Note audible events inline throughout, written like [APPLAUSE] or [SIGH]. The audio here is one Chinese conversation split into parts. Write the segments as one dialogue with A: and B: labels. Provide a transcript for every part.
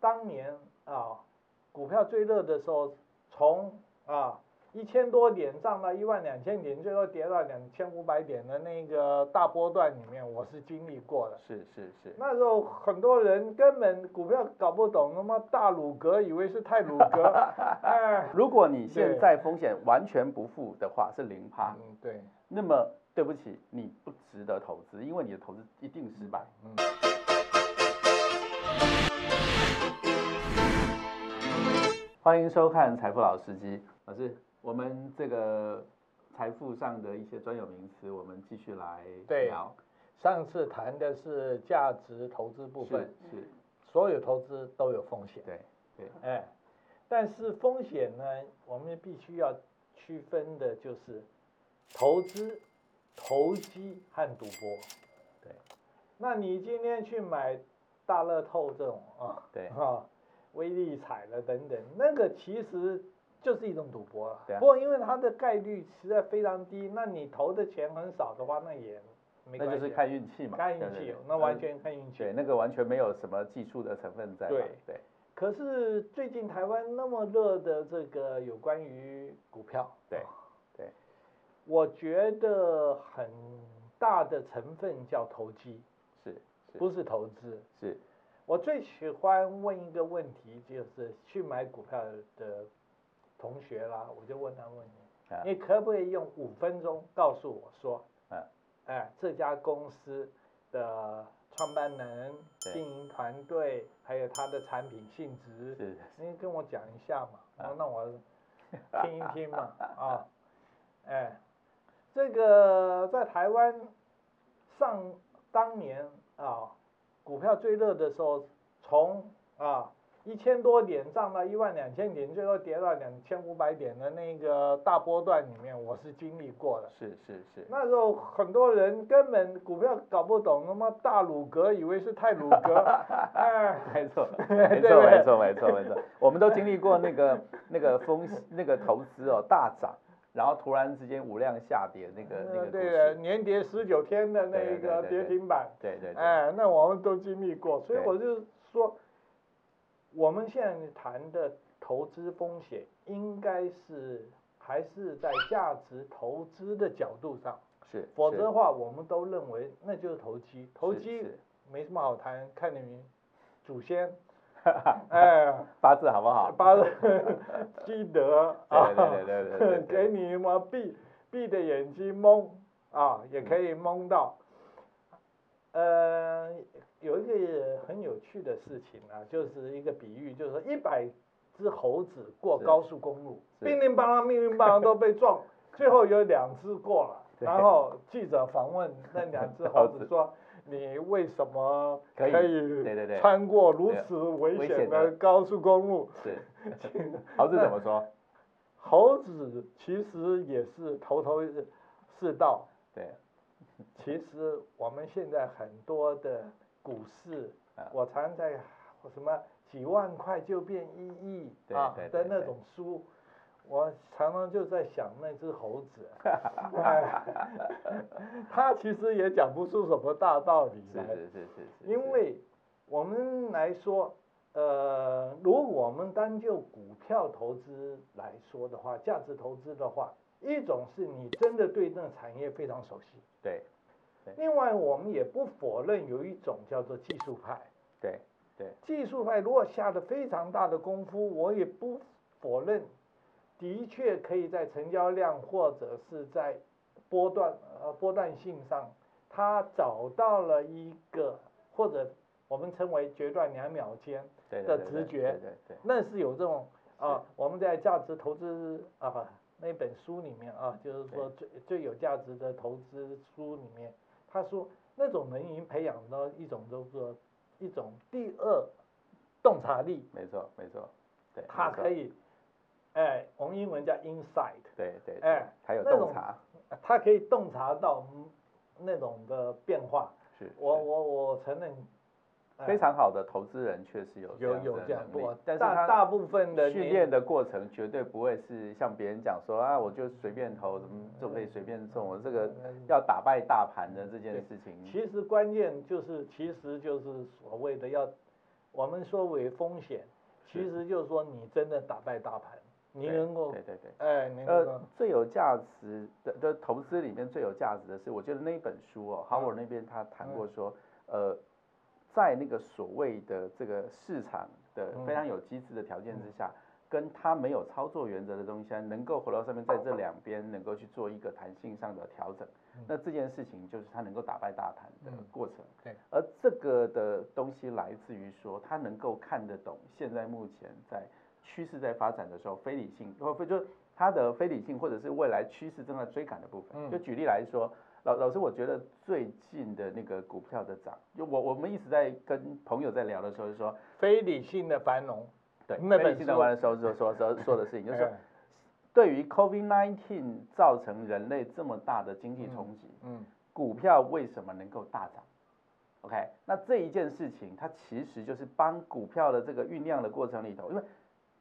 A: 当年啊，股票最热的时候，从啊一千多点涨到一万两千点，最后跌到两千五百点的那个大波段里面，我是经历过的。
B: 是是是，
A: 那时候很多人根本股票搞不懂，他妈大鲁格以为是泰鲁格，哎，
B: 如果你现
A: 对
B: 在风险完全不付的话是零趴，
A: 嗯，对，
B: 那么对不起，你不值得投资，因为你的投资一定失败。
A: 嗯。
B: 欢迎收看《财富老司机》，老师，我们这个财富上的一些专有名词，我们继续来
A: 对
B: 聊。
A: 上次谈的是价值投资部分嗯
B: 是，是，
A: 所有投资都有风险，
B: 对对，
A: 哎，但是风险呢，我们必须要区分的就是投资、投机和赌博。
B: 对，
A: 那你今天去买大乐透这种啊，
B: 对
A: 啊，威力彩了等等，那个其实就是一种赌博了。
B: 对啊
A: 不过因为它的概率实在非常低，那你投的钱很少的话，那也没
B: 那
A: 关系啊。
B: 就是看运气嘛，
A: 看运
B: 对
A: 气，那完。
B: 对对
A: 全看运气。
B: 对，那个完全没有什么技术的成分在嘛。
A: 对
B: 对
A: 可是最近台湾那么热的这个有关于股票，
B: 对对，
A: 我觉得很大的成分叫投机，
B: 是是
A: 不是投资。
B: 是，
A: 我最喜欢问一个问题，就是去买股票的同学啦，我就问他问题，
B: 啊
A: 你可不可以用五分钟告诉我说，
B: 啊
A: 哎，这家公司的创办人、
B: 对
A: 经营团队，还有它的产品性质，
B: 是
A: 你跟我讲一下嘛，那
B: 啊
A: 那我听一听嘛，啊，哎，这个在台湾上当年啊，股票最热的时候，从啊一千多点涨到一万两千点，最后跌到两千五百点的那个大波段里面，我是经历过的。
B: 是是是，
A: 那时候很多人根本股票搞不懂，他妈大鲁格以为是泰鲁格， [LAUGHS] 哎，，
B: [LAUGHS] 没错没
A: 对
B: 错，
A: 不对
B: 没错，没错，没错。我们都经历过那个那个风那个投资哦大涨，然后突然之间无量下跌那个那个
A: 嗯
B: 故
A: 对的，
B: 事。
A: 年跌十九天的
B: 对对
A: 那
B: 对
A: 个
B: 对
A: 跌
B: 对
A: 停板，
B: 对对对，
A: 哎，那我们都经历过，所以
B: 对
A: 我就说，我们现在谈的投资风险，应该是还是在价值投资的角度上，
B: 是，
A: 否
B: 是
A: 则的话，我们都认为那就是投机，投
B: 是
A: 机
B: 是
A: 没什么好谈，看你们祖
B: [LAUGHS]
A: 先，哎，
B: 八字好不好？
A: 巴勒 [LAUGHS] 基德啊，
B: 对对对对对对对
A: [LAUGHS] 给你什么闭闭着眼睛蒙啊，也可以蒙到。
B: 嗯
A: 呃，有一个很有趣的事情啊，就是一个比喻，就是说一百只猴子过
B: 是
A: 高速公路，
B: 是
A: 叮铃巴啷，叮铃巴啷都被
B: [LAUGHS]
A: 撞，最后有两只过了。
B: 对
A: 然后记者访问那两只猴
B: 猴
A: 子
B: 子 [LAUGHS]
A: 说：“你为什么
B: 可以对对对
A: 以穿过如
B: 对
A: 此危
B: 危
A: 险
B: 险
A: 的
B: 的
A: 高速公路？” [LAUGHS]
B: 是，猴子怎么说？
A: 猴子其实也是头头是道。
B: 对，嗯
A: 其实我们现在很多的股市
B: 啊，
A: 我常在什么几万块就变一亿
B: 对
A: 啊
B: 对
A: 的
B: 对
A: 那
B: 对
A: 种书，我常常就在想那只猴
B: [LAUGHS]
A: 子，哎 [LAUGHS] 它其实也讲不出什么大道理
B: 是
A: 来。
B: 是是是是，
A: 因为我们来说，呃，如果我们单就股票投资来说的话，价值投资的话，一种是你真的对那个产业非常熟悉，
B: 对
A: 另外我们也不否认有一种叫做技术派，
B: 对
A: 技术派如果下了非常大的功夫，我也不否认，的确可以在成交量或者是在波段呃波段性上，他找到了一个或者我们称为决断两秒间，
B: 对对
A: 的
B: 对
A: 直
B: 对
A: 觉
B: 对对对
A: 那是有这种啊、
B: 是
A: 我们在价值投资啊、那本书里面啊，就是说最最有价值的投资书里面，他说那种人已经培养到一种叫做一种第二洞察力，
B: 没错没错，对，
A: 他
B: 没错
A: 可，以，哎，我们英文叫 insight，
B: 对对，
A: 哎
B: 还有
A: 那
B: 洞
A: 种
B: 察，
A: 他可以洞察到嗯那种的变化。
B: 是
A: 我
B: 是
A: 我我承认，哎
B: 非常好的投资人确实有这
A: 有
B: 样
A: 有
B: 子
A: 这
B: 的
A: 样
B: 能力
A: 过，
B: 但是
A: 大
B: 他
A: 大部分的
B: 训
A: 年
B: 练的过程绝对不会是像别人讲说啊，我就随便投，怎么就可以随便中，我这个
A: 嗯
B: 要打败大盘的这件
A: 对
B: 事情，
A: 其实关键就是，其实就是所谓的要，我们说为风险，其
B: 是
A: 实就是说你真的打败大盘，你
B: 对
A: 能够
B: 对对对，
A: 哎，能
B: 呃
A: 够，
B: 最有价值的的投资里面最有价值的是，我觉得那一本书
A: 嗯
B: 哦，哈 a 那边他谈过说，呃，在那个所谓的这个市场的
A: 嗯
B: 非常有机制的条件之下。跟他没有操作原则的东西啊，能够回到上面，在这两边能够去做一个弹性上的调整，那这件事情就是他能够打败大盘的
A: 嗯
B: 过程。
A: 对，
B: 而这个的东西来自于说，他能够看得懂现在目前在趋势在发展的时候，非理性或非就是它的非理性，或者是未来趋势正在追赶的部分。
A: 嗯
B: 就举例来说，老老师，我觉得最近的那个股票的涨，就我我们一直在跟朋友在聊的时候，就说
A: 非理性的繁荣，
B: 对，
A: 那
B: 非
A: 本
B: 理性在
A: 书
B: 玩的时候说说说说的事情，就
A: [LAUGHS]
B: 是说
A: 哎
B: 对于 COVID-19 造成人类这么大的经济冲击，
A: 嗯
B: 股票为什么能够大涨？OK，那这一件事情，它其实就是帮股票的这个酝酿的过程里头，因为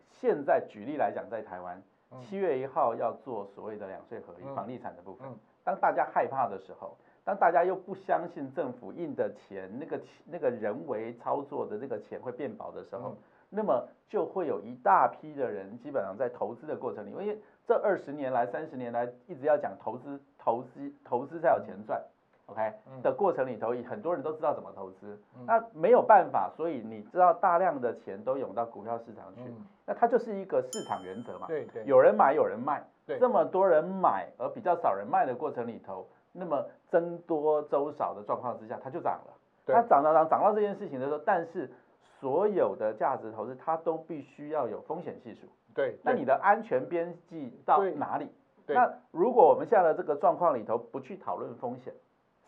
B: 现在举例来讲，在台湾
A: 嗯
B: 七月一号要做所谓的两税合一，
A: 嗯
B: 房地产的部分
A: 嗯，
B: 当大家害怕的时候。当大家又不相信政府印的钱，那个钱那个人为操作的这个钱会变薄的时候，
A: 嗯
B: 那么就会有一大批的人，基本上在投资的过程里，因为这二十年来、三十年来一直要讲投资、投资、投资才有钱赚，OK
A: 嗯
B: 的过程里头，很多人都知道怎么投资，
A: 嗯
B: 那没有办法，所以你知道大量的钱都涌到股票市场去，
A: 嗯，
B: 那它就是一个市场原则嘛，
A: 对对，
B: 有人买有人卖，
A: 对
B: 这么多人买而比较少人卖的过程里头，那么增多周少的状况之下，它就涨了。
A: 对
B: 它涨涨涨涨到这件事情的时候，但是所有的价值投资它都必须要有风险系数。
A: 对，
B: 那
A: 对
B: 你的安全边际到
A: 对
B: 哪里？
A: 对
B: 那如果我们现在的这个状况里头不去讨论风险，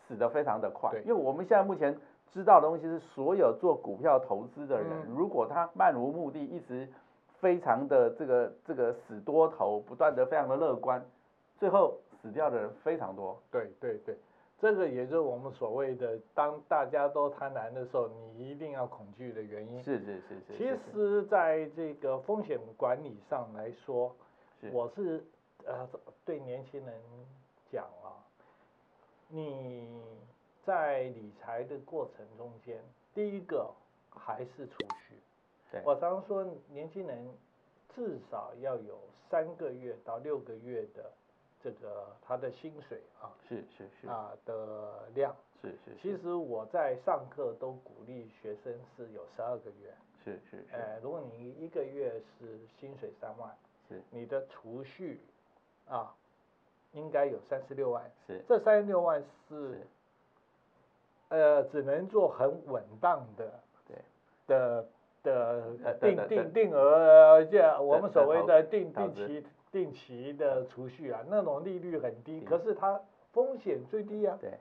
B: 死得非常的快
A: 对，
B: 因为我们现在目前知道的东西是，所有做股票投资的人，
A: 嗯
B: 如果他漫无目的，一直非常的这个这个死多头，不断的非常的乐观，最后死掉的人非常多。
A: 对对对，这个也就是我们所谓的，当大家都贪婪的时候，你一定要恐惧的原因。
B: 是是是是，
A: 其
B: 是
A: 实，在这个风险管理上来说，
B: 是
A: 我是呃对年轻人讲啊，你在理财的过程中间，第一个还是储蓄。
B: 对
A: 我常说，年轻人至少要有三个月到六个月的这个他的薪水啊
B: 是是是
A: 啊的量。
B: 是是
A: 其实我在上课都鼓励学生是有十二个月，
B: 是是是
A: 呃，如果你一个月是薪水三万，
B: 是
A: 你的储蓄啊，应该有三十六万。
B: 是
A: 这三十六万是
B: 是，
A: 呃，只能做很稳当的
B: 对
A: 的的
B: 呃
A: 呃
B: 的的
A: 定
B: 的
A: 定定额，就我
B: 的
A: 们
B: 的
A: 所谓
B: 投
A: 的定
B: 投
A: 定
B: 资
A: 期定期的储蓄啊，那种利率很低，
B: 低
A: 可是它风险最低啊。
B: 对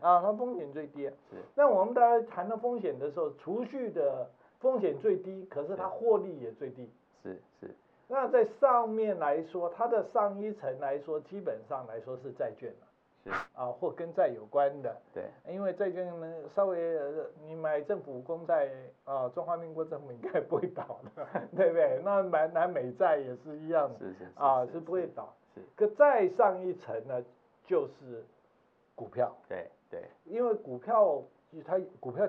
A: 啊，它风险最低啊。
B: 是
A: 那我们大家谈到风险的时候，储蓄的风险最低，可是它获利也最低。
B: 是是
A: 那在上面来说，它的上一层来说，基本上来说是债券了
B: 是，
A: 啊，或跟债有关的，
B: 对
A: 因为债券呢稍微，呃你买政府公债啊，中华民国政府应该不会倒的， [LAUGHS] 对不对？那买南美债也是一样的
B: 是是
A: 啊，是不会倒。
B: 是
A: 可再上一层呢，就是股票。
B: 对对
A: 因为股票它股票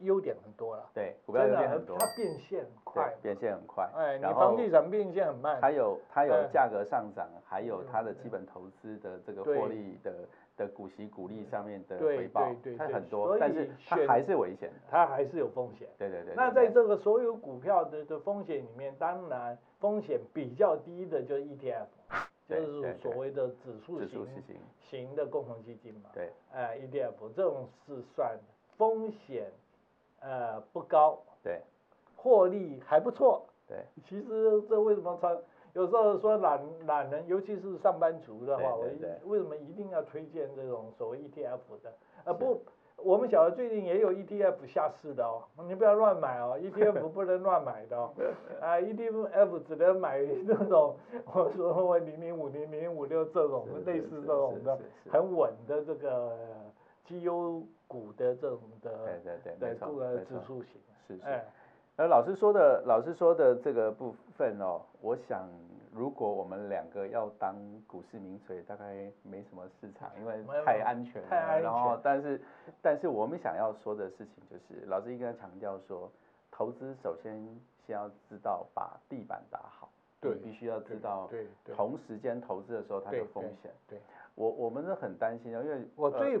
A: 优点很多了，
B: 对，股
A: 股
B: 票有点很多。
A: 啊它变现快
B: 对，，变现很快。
A: 哎，你
B: 然
A: 房
B: 后
A: 地产变现很慢，
B: 它有它有
A: 哎
B: 价格上涨，还有
A: 对
B: 它的
A: 对
B: 基本投资的这个
A: 对
B: 获利的的股息股利上面的
A: 对
B: 回报
A: 对对，
B: 它
A: 对
B: 很多，
A: 所
B: 但
A: 以
B: 是它
A: 选
B: 还是危险的。
A: 它还是有风险。
B: 对对对。
A: 那
B: 对
A: 在这个所有股票的的风险里面，当然风险比较低的就是 ETF，就
B: 对对
A: 是
B: 对
A: 所谓的指数
B: 指数
A: 型
B: 事情，
A: 型的共同基金嘛，
B: 对，
A: 哎，ETF 这种是算风险呃不高，
B: 对
A: 获利还不错。
B: 对，
A: 其实这为什么常有时候说懒懒人，尤其是上班族的话，
B: 对对对
A: 我一为什么一定要推荐这种所谓 ETF 的？呃，
B: 是
A: 不，我们晓得最近也有 ETF 下市的哦，你不要乱买哦
B: [LAUGHS]
A: ，ETF 不能乱买的哦，啊、e t f 只能买那种我说我零零五零零五六这种
B: 是
A: 类
B: 是
A: 似这
B: 是
A: 种
B: 是
A: 的
B: 是是
A: 很稳的这个绩优股的这种
B: 对
A: 的
B: 对对，
A: 的
B: 没错
A: 这个
B: 没
A: 指
B: 错。
A: 数型，
B: 是是
A: 哎，
B: 而老师说的，老师说的这个部分哦，我想如果我们两个要当股市名嘴，大概没什么市场，因为
A: 没有
B: 太安全了。
A: 太安
B: 然后，但是，但是我们想要说的事情就是，老师一跟他强调说，投资首先先要知道把地板打好，
A: 对
B: 你必须要知道
A: 对对
B: 同时间投资的时候它
A: 对
B: 的风险。
A: 对对
B: 我我们是很担心的，因为
A: 我
B: 呃
A: 最、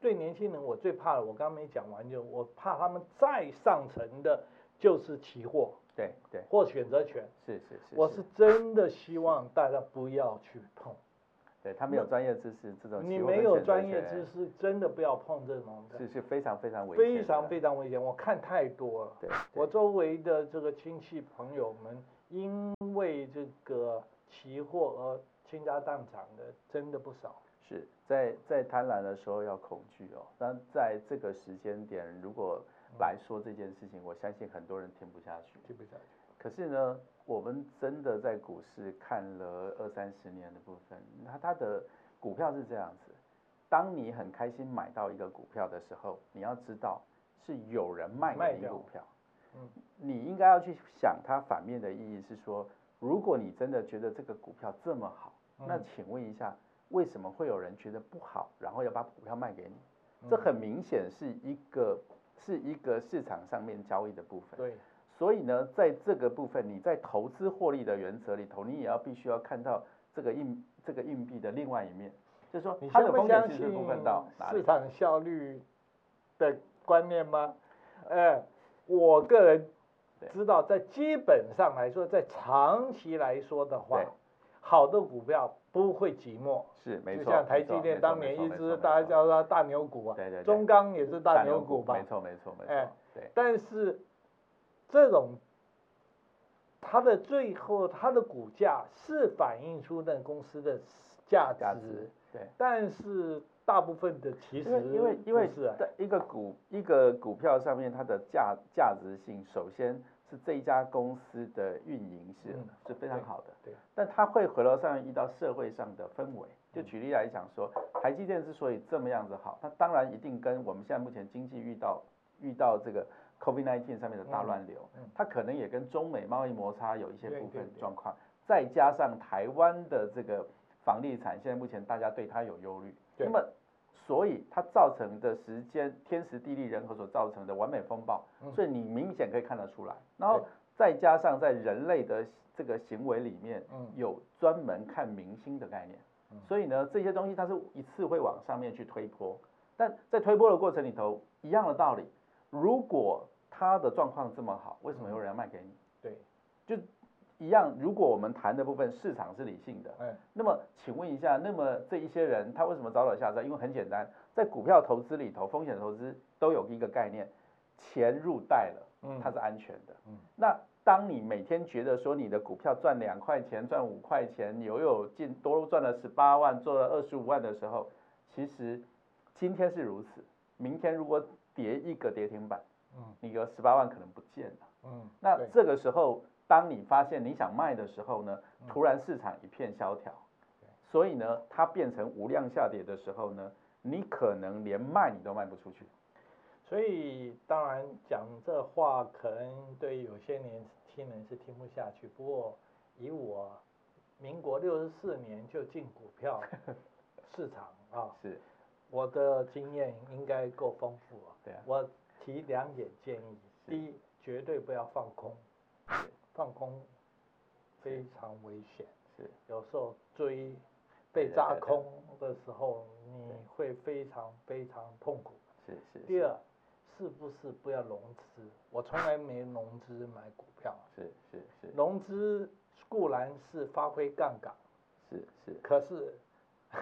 A: 对年轻人我最怕的，我刚没讲完，就我怕他们再上层的就是期货
B: 对对
A: 或选择权。
B: 是是是，
A: 我是真的希望大家不要去碰，
B: 对他没有专业知识，这种
A: 你
B: 期货跟
A: 没有
B: 选择
A: 专业
B: 权
A: 知识，真的不要碰这种的，
B: 是是非常非常危险的，
A: 非常非常危险。我看太多了，
B: 对，
A: 我周围的这个亲戚朋友们因为这个期货而倾家荡产的真的不少。
B: 是在在贪婪的时候要恐惧哦。但在这个时间点，如果来说这件事情，我相信很多人听不下去。
A: 记不下去。
B: 可是呢，我们真的在股市看了二三十年的部分，那它的股票是这样子：当你很开心买到一个股票的时候，你要知道是有人卖
A: 卖
B: 给你
A: 掉
B: 股票。
A: 嗯
B: 你应该要去想它反面的意义是说，如果你真的觉得这个股票这么好，那
A: 嗯
B: 请问一下，为什么会有人觉得不好，然后要把股票卖给你？
A: 嗯
B: 这很明显是一个是一个市场上面交易的部分。
A: 对，
B: 所以呢，在这个部分，你在投资获利的原则里头，你也要必须要看到这个硬这个硬币的另外一面，就是说
A: 你
B: 它
A: 相
B: 的
A: 不
B: 风
A: 相
B: 险
A: 信
B: 其实部分到哪
A: 市
B: 里？
A: 场效率的观念吗？呃，我个人
B: 对
A: 知道，在基本上来说，在长期来说的话
B: 对，
A: 好的股票不会寂寞。
B: 是没
A: 就
B: 错，
A: 像台
B: 没错
A: 积电当年一只大家。
B: 没错没错没错
A: 叫它大牛股啊，
B: 对对对
A: 中钢也是大牛
B: 牛
A: 股吧
B: 没，错没错没
A: 哎
B: 错，对，
A: 但是这种它的最后它的股价是反映出那公司的价
B: 价
A: 值
B: 值，对。
A: 但是大部分的其实
B: 因为因为因为
A: 不是啊
B: 在一个股一个股票上面它的价价值性，首先是这一家公司的运营是、
A: 嗯
B: 是非常好的，
A: 对对
B: 但它会回头上遇到社会上的氛围。就
A: 嗯
B: 举例来讲说，台积电之所以这么样子好，它当然一定跟我们现在目前经济遇到遇到这个 COVID-19 上面的大乱流，
A: 嗯嗯
B: 它可能也跟中美贸易摩擦有一些
A: 对
B: 部分
A: 对对
B: 状况，再加上台湾的这个房地产，现在目前大家对它有忧虑，
A: 对
B: 那么所以它造成的时间、天时、地利、人和所造成的完美风暴，
A: 嗯
B: 所以你明显可以看得出来。然后再加上在人类的这个行为里面
A: 嗯，
B: 有专门看明星的概念，所以呢，这些东西它是一次会往上面去推波，但在推波的过程里头，一样的道理，如果它的状况这么好，为什么有人要卖给你？
A: 对，嗯
B: 一样，如果我们谈的部分市场是理性的，
A: 哎，
B: 那么，请问一下，那么这一些人他为什么早早下车？因为很简单，在股票投资里头，风险投资都有一个概念，钱入袋了
A: 嗯，
B: 它是安全的。
A: 嗯
B: 那当你每天觉得说你的股票赚两块钱、赚五块钱，有有进多赚了十八万、做了二十五万的时候，其实今天是如此，明天如果跌一个跌停板，
A: 嗯
B: 你的十八万可能不见了。
A: 嗯，
B: 那
A: 对
B: 这个时候，当你发现你想卖的时候呢，突然市场一片萧条，所以呢，它变成无量下跌的时候呢，你可能连卖你都卖不出去。
A: 所以当然讲这话可能对有些年轻人是听不下去，不过以我民国六十四年就进股票
B: [LAUGHS]
A: 市场啊，
B: 是，
A: 我的经验应该够丰富啊。
B: 对啊
A: 我提两点建议：
B: 是
A: 第一，绝对不要放空
B: 是，
A: 放空非常危险，
B: 是
A: 有时候追
B: 对
A: 被
B: 对
A: 扎
B: 对对
A: 空的时候，你
B: 对
A: 会非常非常痛苦。
B: 是是。
A: 第
B: 是
A: 二，是不是不要融资？我从来没融资买股票，
B: 是是是
A: 融资固然是发挥杠杆，
B: 是 [LAUGHS] 是，
A: 可是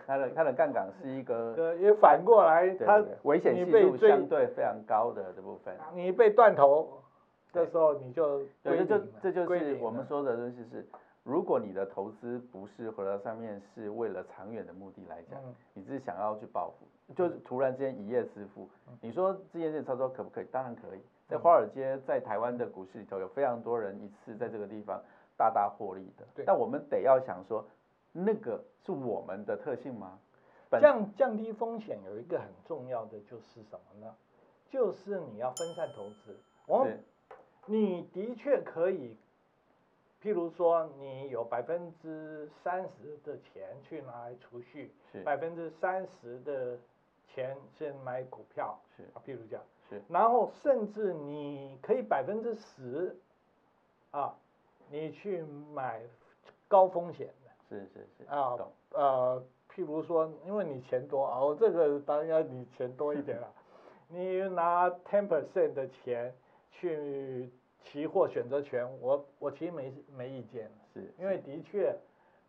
B: 它的它的杠杆是一个
A: 呃也反过来，
B: 对
A: 它
B: 对危险
A: 你
B: 系
A: 被
B: 数
A: 追
B: 相对非常高的这部分。
A: 你被断头的时候，你就归
B: 对，
A: 零
B: 这
A: 了
B: 就这就
A: 归
B: 是
A: 零
B: 我们
A: 了
B: 说的嗯东西是，如果你的投资不是回到上面是为了长远的目的来讲，
A: 嗯
B: 你只是想要去暴富，就是突然之间一夜致富，
A: 嗯
B: 你说这件事操作可不可以？当然可以，在华尔街，在台湾的股市里头，有非常多人一次在这个地方大大获利的
A: 对。
B: 但我们得要想说，那个是我们的特性吗？本
A: 降降低风险有一个很重要的就是什么呢？就是你要分散投资。我们
B: 是
A: 你的确可以譬如说，你有百分之三十的钱去拿来储蓄，
B: 是
A: 百分之三十的钱先买股票，
B: 是
A: 啊，譬如这样，
B: 是
A: 然后甚至你可以百分之十，啊，你去买高风险的
B: 是是是
A: 啊
B: 懂，
A: 呃，譬如说，因为你钱多啊，我这个当然要你钱多一
B: [LAUGHS]
A: 点了，你拿 ten percent 的钱去期货选择权，我我其实没没意见。
B: 是，
A: 因为的确，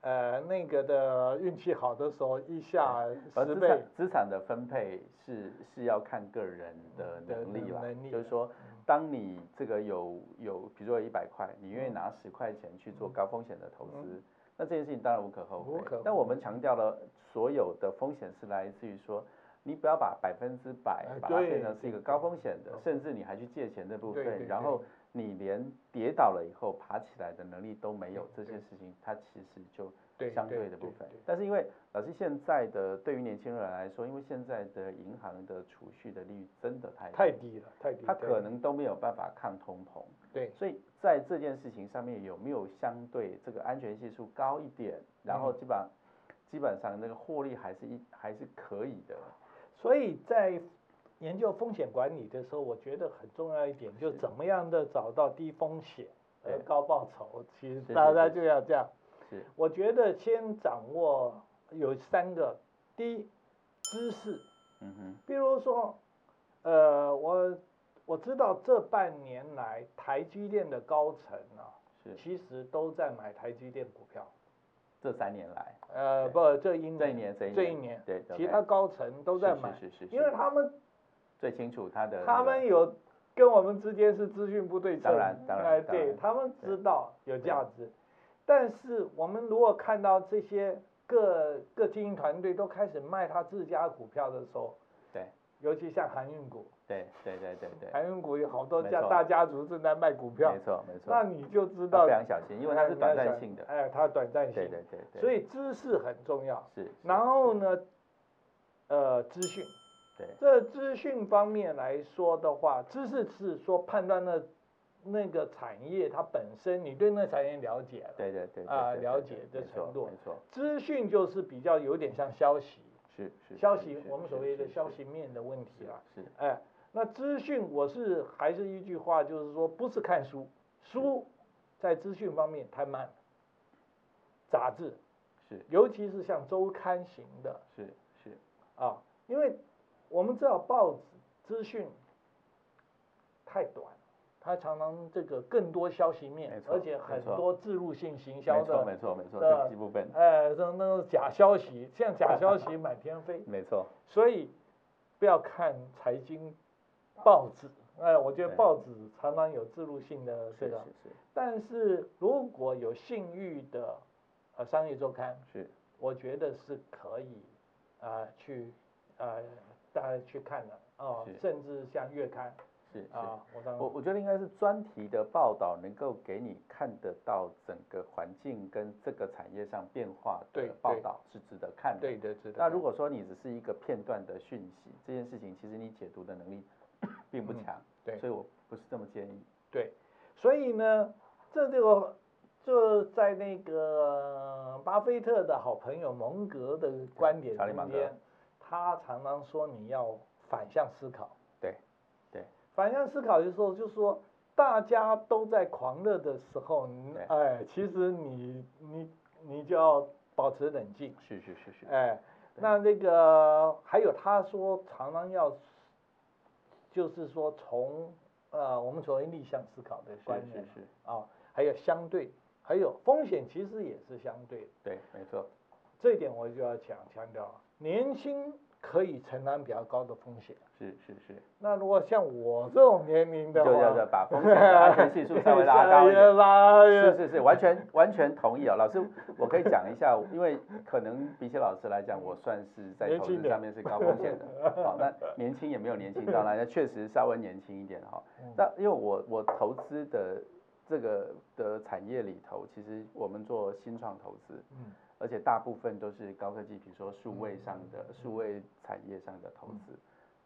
A: 呃，那个的运气好的时候，一下
B: 而
A: 十
B: 资
A: 倍
B: 产，资产的分配是是要看个人的
A: 的
B: 能力
A: 嗯
B: 啦，
A: 能力嗯
B: 就是
A: 的
B: 说，当你这个有有，比如说一百块，你愿
A: 嗯
B: 意拿十块钱去做高风险的投资，那这件事情当然无可厚非。
A: 无可
B: 但
A: 厚
B: 我们强调了，所有的风险是来自于说。你不要把百分之百
A: 哎
B: 把它变
A: 对
B: 成是一个
A: 对
B: 高风险的
A: 对，
B: 甚至你还去借钱的部
A: 对
B: 分，
A: 对
B: 然
A: 对
B: 后你连跌倒了以后爬起来的能力都没有，这
A: 对
B: 些事情它其实就
A: 对
B: 相对
A: 对
B: 的部分
A: 对对。
B: 但是因为老师现在的对于年轻人来说，因为现在的银行的储蓄的利率真的太
A: 太，低了，太低了。
B: 他
A: 太
B: 可
A: 低了
B: 能都没有办法抗通膨，
A: 对
B: 所以在这件事情上面有没有相对这个安全系数高一点，然
A: 嗯
B: 后基本上基本上那个获利还是一还是可以的，
A: 所以在研究风险管理的时候，我觉得很重要一点，就是怎么样的找到低风险而
B: 对
A: 高报酬。其实
B: 是
A: 大
B: 是
A: 家
B: 是
A: 就要这样。
B: 是
A: 我觉得先掌握有三个：第一，知识。
B: 嗯哼，
A: 比如说，呃，我我知道这半年来台积电的高层啊，
B: 是
A: 其实都在买台积电股票。
B: 这三年来，
A: 呃，
B: 对
A: 不，这一年，
B: 这一年这一
A: 这一
B: 年
A: 年，
B: 对
A: 其
B: OK
A: 他高层都在
B: 是
A: 买，
B: 是是是
A: 因为
B: 是
A: 他们
B: 最清楚他的
A: 他
B: 那个
A: 们有跟我们之间是资讯不对称，
B: 当然当然
A: 哎
B: 当
A: 对
B: 然
A: 他们
B: 对
A: 知道有价值，但是我们如果看到这些各各经营团队都开始卖他自家股票的时候，
B: 对
A: 尤其像航运股，
B: 对对对对对，
A: 航运股有好多
B: 没
A: 家
B: 错
A: 大家族正在卖股票
B: 没，错没错
A: 那，你就知
B: 要
A: 道
B: 非，常小心，因为它是短暂性的，
A: 哎，它短暂性，
B: 对对对对，
A: 所以知识很重要。
B: 是，是
A: 然后
B: 是
A: 呢，呃，资讯，
B: 对
A: 这资讯方面来说的话，知识是说判断那那个产业它本身，你对那产业了解了，
B: 对对对对
A: 啊
B: 对
A: 了
B: 对
A: 解
B: 对
A: 的
B: 没错
A: 程度
B: 没错，
A: 资讯就是比较有点像消息，
B: 是是
A: 消
B: 是
A: 息
B: 是
A: 我们
B: 是
A: 所谓的
B: 是
A: 消
B: 是
A: 息面的问题
B: 是
A: 啦，
B: 是
A: 哎，那资讯我是还是一句话，就是说不是看书，书
B: 嗯
A: 在资讯方面太慢了，杂志，
B: 是
A: 尤其是像周刊型的
B: 是是
A: 啊，因为我们知道报纸资讯太短，它常常这个更多消息
B: 没
A: 面，
B: 错
A: 而且
B: 没
A: 很
B: 错
A: 多自入性行销
B: 没错
A: 的，
B: 没错没错，
A: 的
B: 这一部分
A: 哎，这那种假消息，像假消息满天飞。
B: 没错，
A: 所以不要看财经报纸，哎，我觉得
B: 对
A: 报纸常常有植入性的
B: 是
A: 这
B: 是
A: 个，
B: 是
A: 但是如果有信誉的呃商业周刊，
B: 是
A: 我觉得是可以啊、呃去呃大家去看的哦
B: 是，
A: 甚至像月刊
B: 是哦是。
A: 啊，我当
B: 我我觉得应该是专题的报道能够给你看得到整个环境跟这个产业上变化的
A: 对
B: 报
A: 对
B: 道是值得看的。
A: 对的，知道。
B: 那如果说你只是一个片段的讯息，这件事情其实你解读的能力 [COUGHS] 并不
A: 嗯
B: 强，
A: 对
B: 所以我不是这么建议。
A: 对，所以呢，这就就在那个巴菲特的好朋友蒙格的观点
B: 查理芒
A: 中
B: 格
A: 间，他常常说你要反向思考。
B: 对，对，
A: 反向思考的时候，就说大家都在狂热的时候，你
B: 对
A: 哎，其实你你你就要保持冷静。
B: 是是是是，
A: 哎，
B: 对
A: 那那个还有他说常常要，就是说从呃我们所谓逆向思考的
B: 是
A: 观
B: 是
A: 念
B: 是，
A: 啊，还有相对，还有风险其实也是相对的，
B: 对，没错，
A: 这一点我就要强强调了，年轻可以承担比较高的风险。
B: 是是是，
A: 那如果像我这种年龄的
B: 就
A: 话，哎
B: 要要把风险的安全系数稍微拉高一点。
A: 拉
B: 是是是，完全完全同意哦，老师，我可以讲一下，因为可能比起老师来讲，我算是在
A: 年
B: 投
A: 轻
B: 资
A: 点
B: 上面是高风险的。好，那年轻也没有年轻到，那确实稍微年轻一点哈、
A: 嗯
B: 那因为我我投资的这个的产业里头，其实我们做新创投资，
A: 嗯
B: 而且大部分都是高科技，比如说
A: 嗯
B: 数位上的、数位产业上的投资，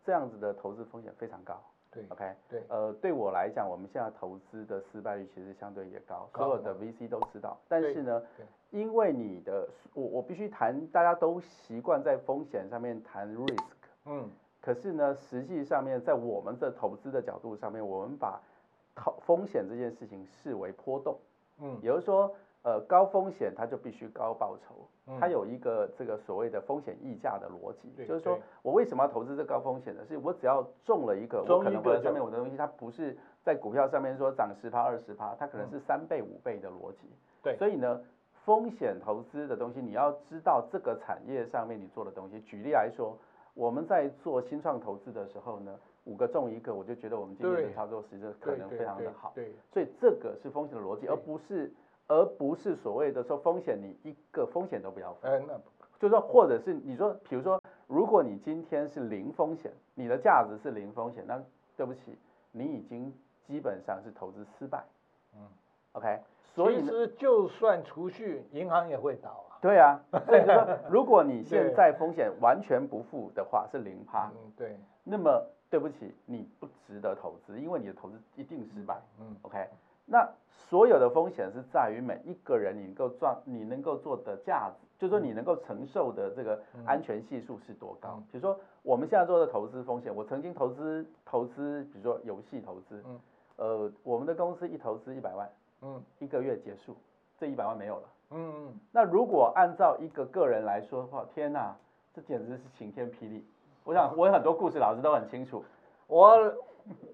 B: 这样子的投资风险非常高。
A: 对
B: OK，
A: 对
B: 呃，对我来讲，我们现在投资的失败率其实相对也高，
A: 高
B: 所有的
A: 嘛
B: VC 都知道。但
A: 对
B: 是呢
A: 对，
B: 因为你的，我我必须谈，大家都习惯在风险上面谈 risk，
A: 嗯，
B: 可是呢，实际上面在我们的投资的角度上面，我们把投风险这件事情视为波动，
A: 嗯
B: 也就是说，呃，高风险它就必须高报酬。
A: 嗯，
B: 它有一个这个所谓的风险溢价的逻辑
A: 对，
B: 就是说
A: 对
B: 我为什么要投资这高风险呢？是我只要中了一个，我
A: 中
B: 可
A: 一
B: 能
A: 个
B: 回来
A: 就
B: 上面我的东西，它不是在股票上面说涨十趴二十趴，它可能
A: 嗯
B: 是三倍五倍的逻辑。
A: 对
B: 所以呢，风险投资的东西，你要知道这个产业上面你做的东西。举例来说，我们在做新创投资的时候呢，五个中一个，我就觉得我们今年
A: 对
B: 的操作时间可
A: 对
B: 能
A: 对
B: 非常的
A: 对
B: 好。
A: 对，
B: 所以这个是风险的逻辑，
A: 对
B: 而不是而不是所谓的说风险你一个风险都不要分。
A: 呃，那
B: 就是说，或者是你说，比如说，如果你今天是零风险，你的价值是零风险，那对不起，你已经基本上是投资失败。
A: 嗯
B: ，OK，所以
A: 其
B: 呢，
A: 实就算储蓄，银行也会倒啊。
B: 对啊，所以
A: [LAUGHS]
B: 就说，如果你现
A: 对
B: 在风险完全不负的话是零趴，
A: 嗯，对，
B: 那么对不起，你不值得投资，因为你的投资一定失败。
A: 嗯
B: OK，那所有的风险是在于每一个人你能够赚，你能够做的价值，就是说你能够承受的这个
A: 嗯
B: 安全系数是多高
A: 嗯。
B: 比如说我们现在做的投资风险，我曾经投资投资，比如说游戏投资
A: 嗯，
B: 呃，我们的公司一投资一百万，
A: 嗯
B: 一个月结束，这一百万没有了。
A: 嗯嗯，
B: 那如果按照一个个人来说的话，天哪，这简直是晴天霹雳。
A: [LAUGHS]
B: 我想我有很多故事老师都很清楚。
A: 我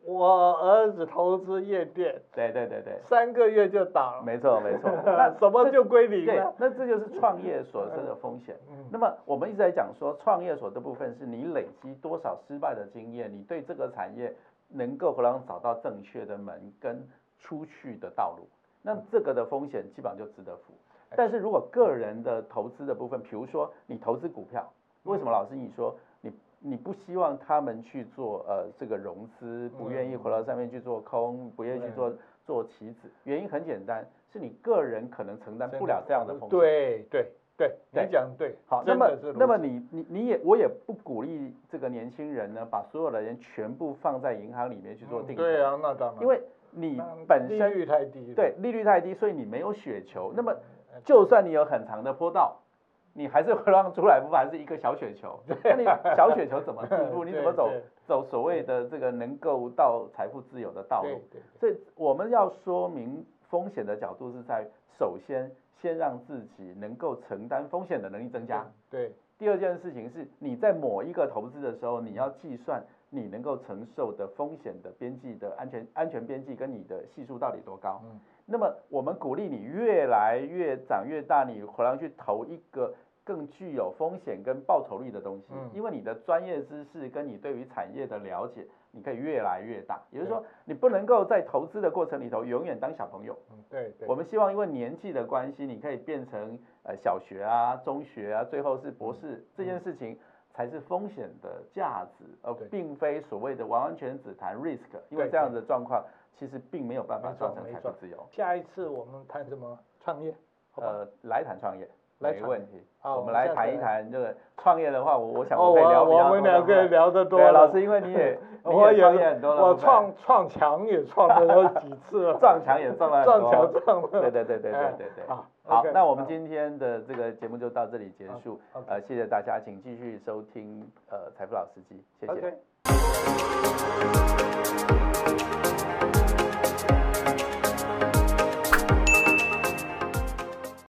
A: 我儿子投资夜店，
B: 对对对对，
A: 三个月就倒了，
B: 没错没错。那
A: 什么
B: 这
A: 就归零
B: 对
A: 了。，
B: 那这就是创业所生的风险。
A: 嗯
B: 那么我们一直在讲说，创业所这部分是你累积多少失败的经验，你对这个产业能够让找到正确的门跟出去的道路，
A: 嗯
B: 那这个的风险基本上就值得负。但是如果个人的投资的部分，比如说你投资股票，为什么老师你说你你不希望他们去做呃这个融资，
A: 嗯
B: 不愿意回到上面去做空，不愿意去做做棋子？原因很简单，是你个人可能承担不了这样的风险。
A: 对啊对对，
B: 对
A: 你讲对。
B: 好，那
A: 真
B: 么
A: 的是如
B: 那么
A: 此
B: 你你你也我也不鼓励这个年轻人呢，把所有的人全部放在银行里面去做
A: 嗯
B: 定存，
A: 对啊，那当然，
B: 因为你
A: 那
B: 本
A: 利
B: 身
A: 率太低了。
B: 对利率太低，所以你没有雪球。那么
A: 呃，
B: 就算你有很长的坡道，你还是会让出来不凡是一个小雪球。 [LAUGHS] 那你小雪球怎么致富？你怎么走
A: 嗯 [LAUGHS] 对对
B: 走所谓的这个能够到财富自由的道
A: 对
B: 路？
A: 对
B: 所以我们要说明风险的角度是在于首先先让自己能够承担风险的能力增加。
A: 对，
B: 第二件事情是，你在某一个投资的时候，你要计算你能够承受的风险的边际的安全安全边际跟你的系数到底多高。
A: 嗯
B: 那么我们鼓励你越来越长越大，你回来去投一个更具有风险跟报酬率的东西，
A: 嗯
B: 因为你的专业知识跟你对于产业的了解，你可以越来越大。也就是说，你不能够在投资的过程里头永远当小朋友。
A: 嗯对对
B: 我。们希望因为年纪的关系，你可以变成呃小学啊、中学啊，最后是
A: 嗯
B: 博士，这件事情才是风险的价值，而
A: 对
B: 并非所谓的完完全只谈 risk，因为
A: 对
B: 这样的状况其实并没有办法
A: 没错
B: 造成
A: 没
B: 财
A: 错
B: 富自由。
A: 下一次我们谈什么创业？好吧？
B: 呃，来谈创业。
A: 来
B: 没
A: 谈
B: 问题，
A: 好啊
B: 我
A: 我们
B: 们来
A: 下次
B: 谈一
A: 来
B: 谈这个创业的话，我我想
A: 哦，
B: 我可以聊比较
A: 我
B: 多
A: 们
B: 的
A: 两
B: 部
A: 个
B: 分
A: 聊得多
B: 对，
A: 了，
B: 老师，因为你也你
A: [LAUGHS] 我
B: 也
A: 也
B: 创业很多了，
A: 我
B: 对不对
A: 撞撞墙也撞了有几次了，
B: 撞墙也撞 [LAUGHS] 了很
A: 撞
B: 多
A: 墙撞了。
B: 对对对对
A: 哎
B: 对对对。
A: 好
B: 好
A: OK，，
B: 那我们
A: 好
B: 今天的这个节目就到这里结束
A: 好，OK。
B: 呃，谢谢大家，请继续收听呃财富老司机，谢谢。
A: OK。